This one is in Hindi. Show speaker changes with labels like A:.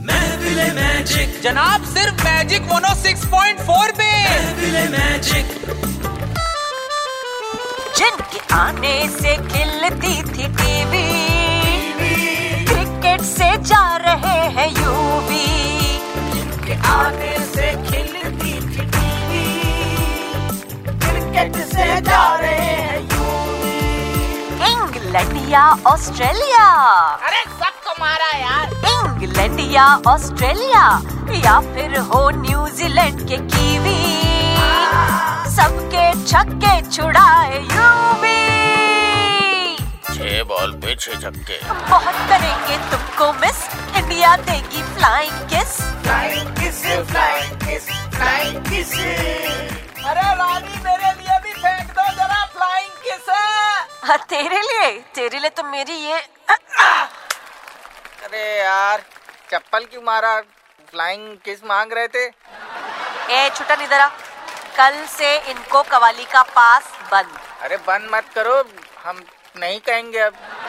A: महफिल मैजिक
B: जनाब सिर्फ मैजिक मोनो 6.4 पे
A: महफिल मैजिक
C: जिनके आने से खिलती थी टीवी क्रिकेट से जा रहे हैं यूवी जिनके आने से खिलती थी टीवी क्रिकेट से जा रहे हैं यूवी इंग्लैंड या ऑस्ट्रेलिया
B: अरे सबको मारा यार
C: इंग्लैंड या ऑस्ट्रेलिया या फिर हो न्यूजीलैंड के कीवी सबके छक्के छुड़ाए यूवी
D: छह बॉल पे छह छक्के
C: बहुत करेंगे तुमको मिस इंडिया देगी फ्लाइंग किस
B: अरे रानी मेरे लिए भी फेंक दो जरा फ्लाइंग किस
C: हाँ, तेरे लिए तेरे लिए तो मेरी ये
B: अरे यार चप्पल क्यों मारा फ्लाइंग किस मांग रहे थे
C: ए छुटा नहीं दरा कल से इनको कवाली का पास बंद
B: अरे बंद मत करो हम नहीं कहेंगे अब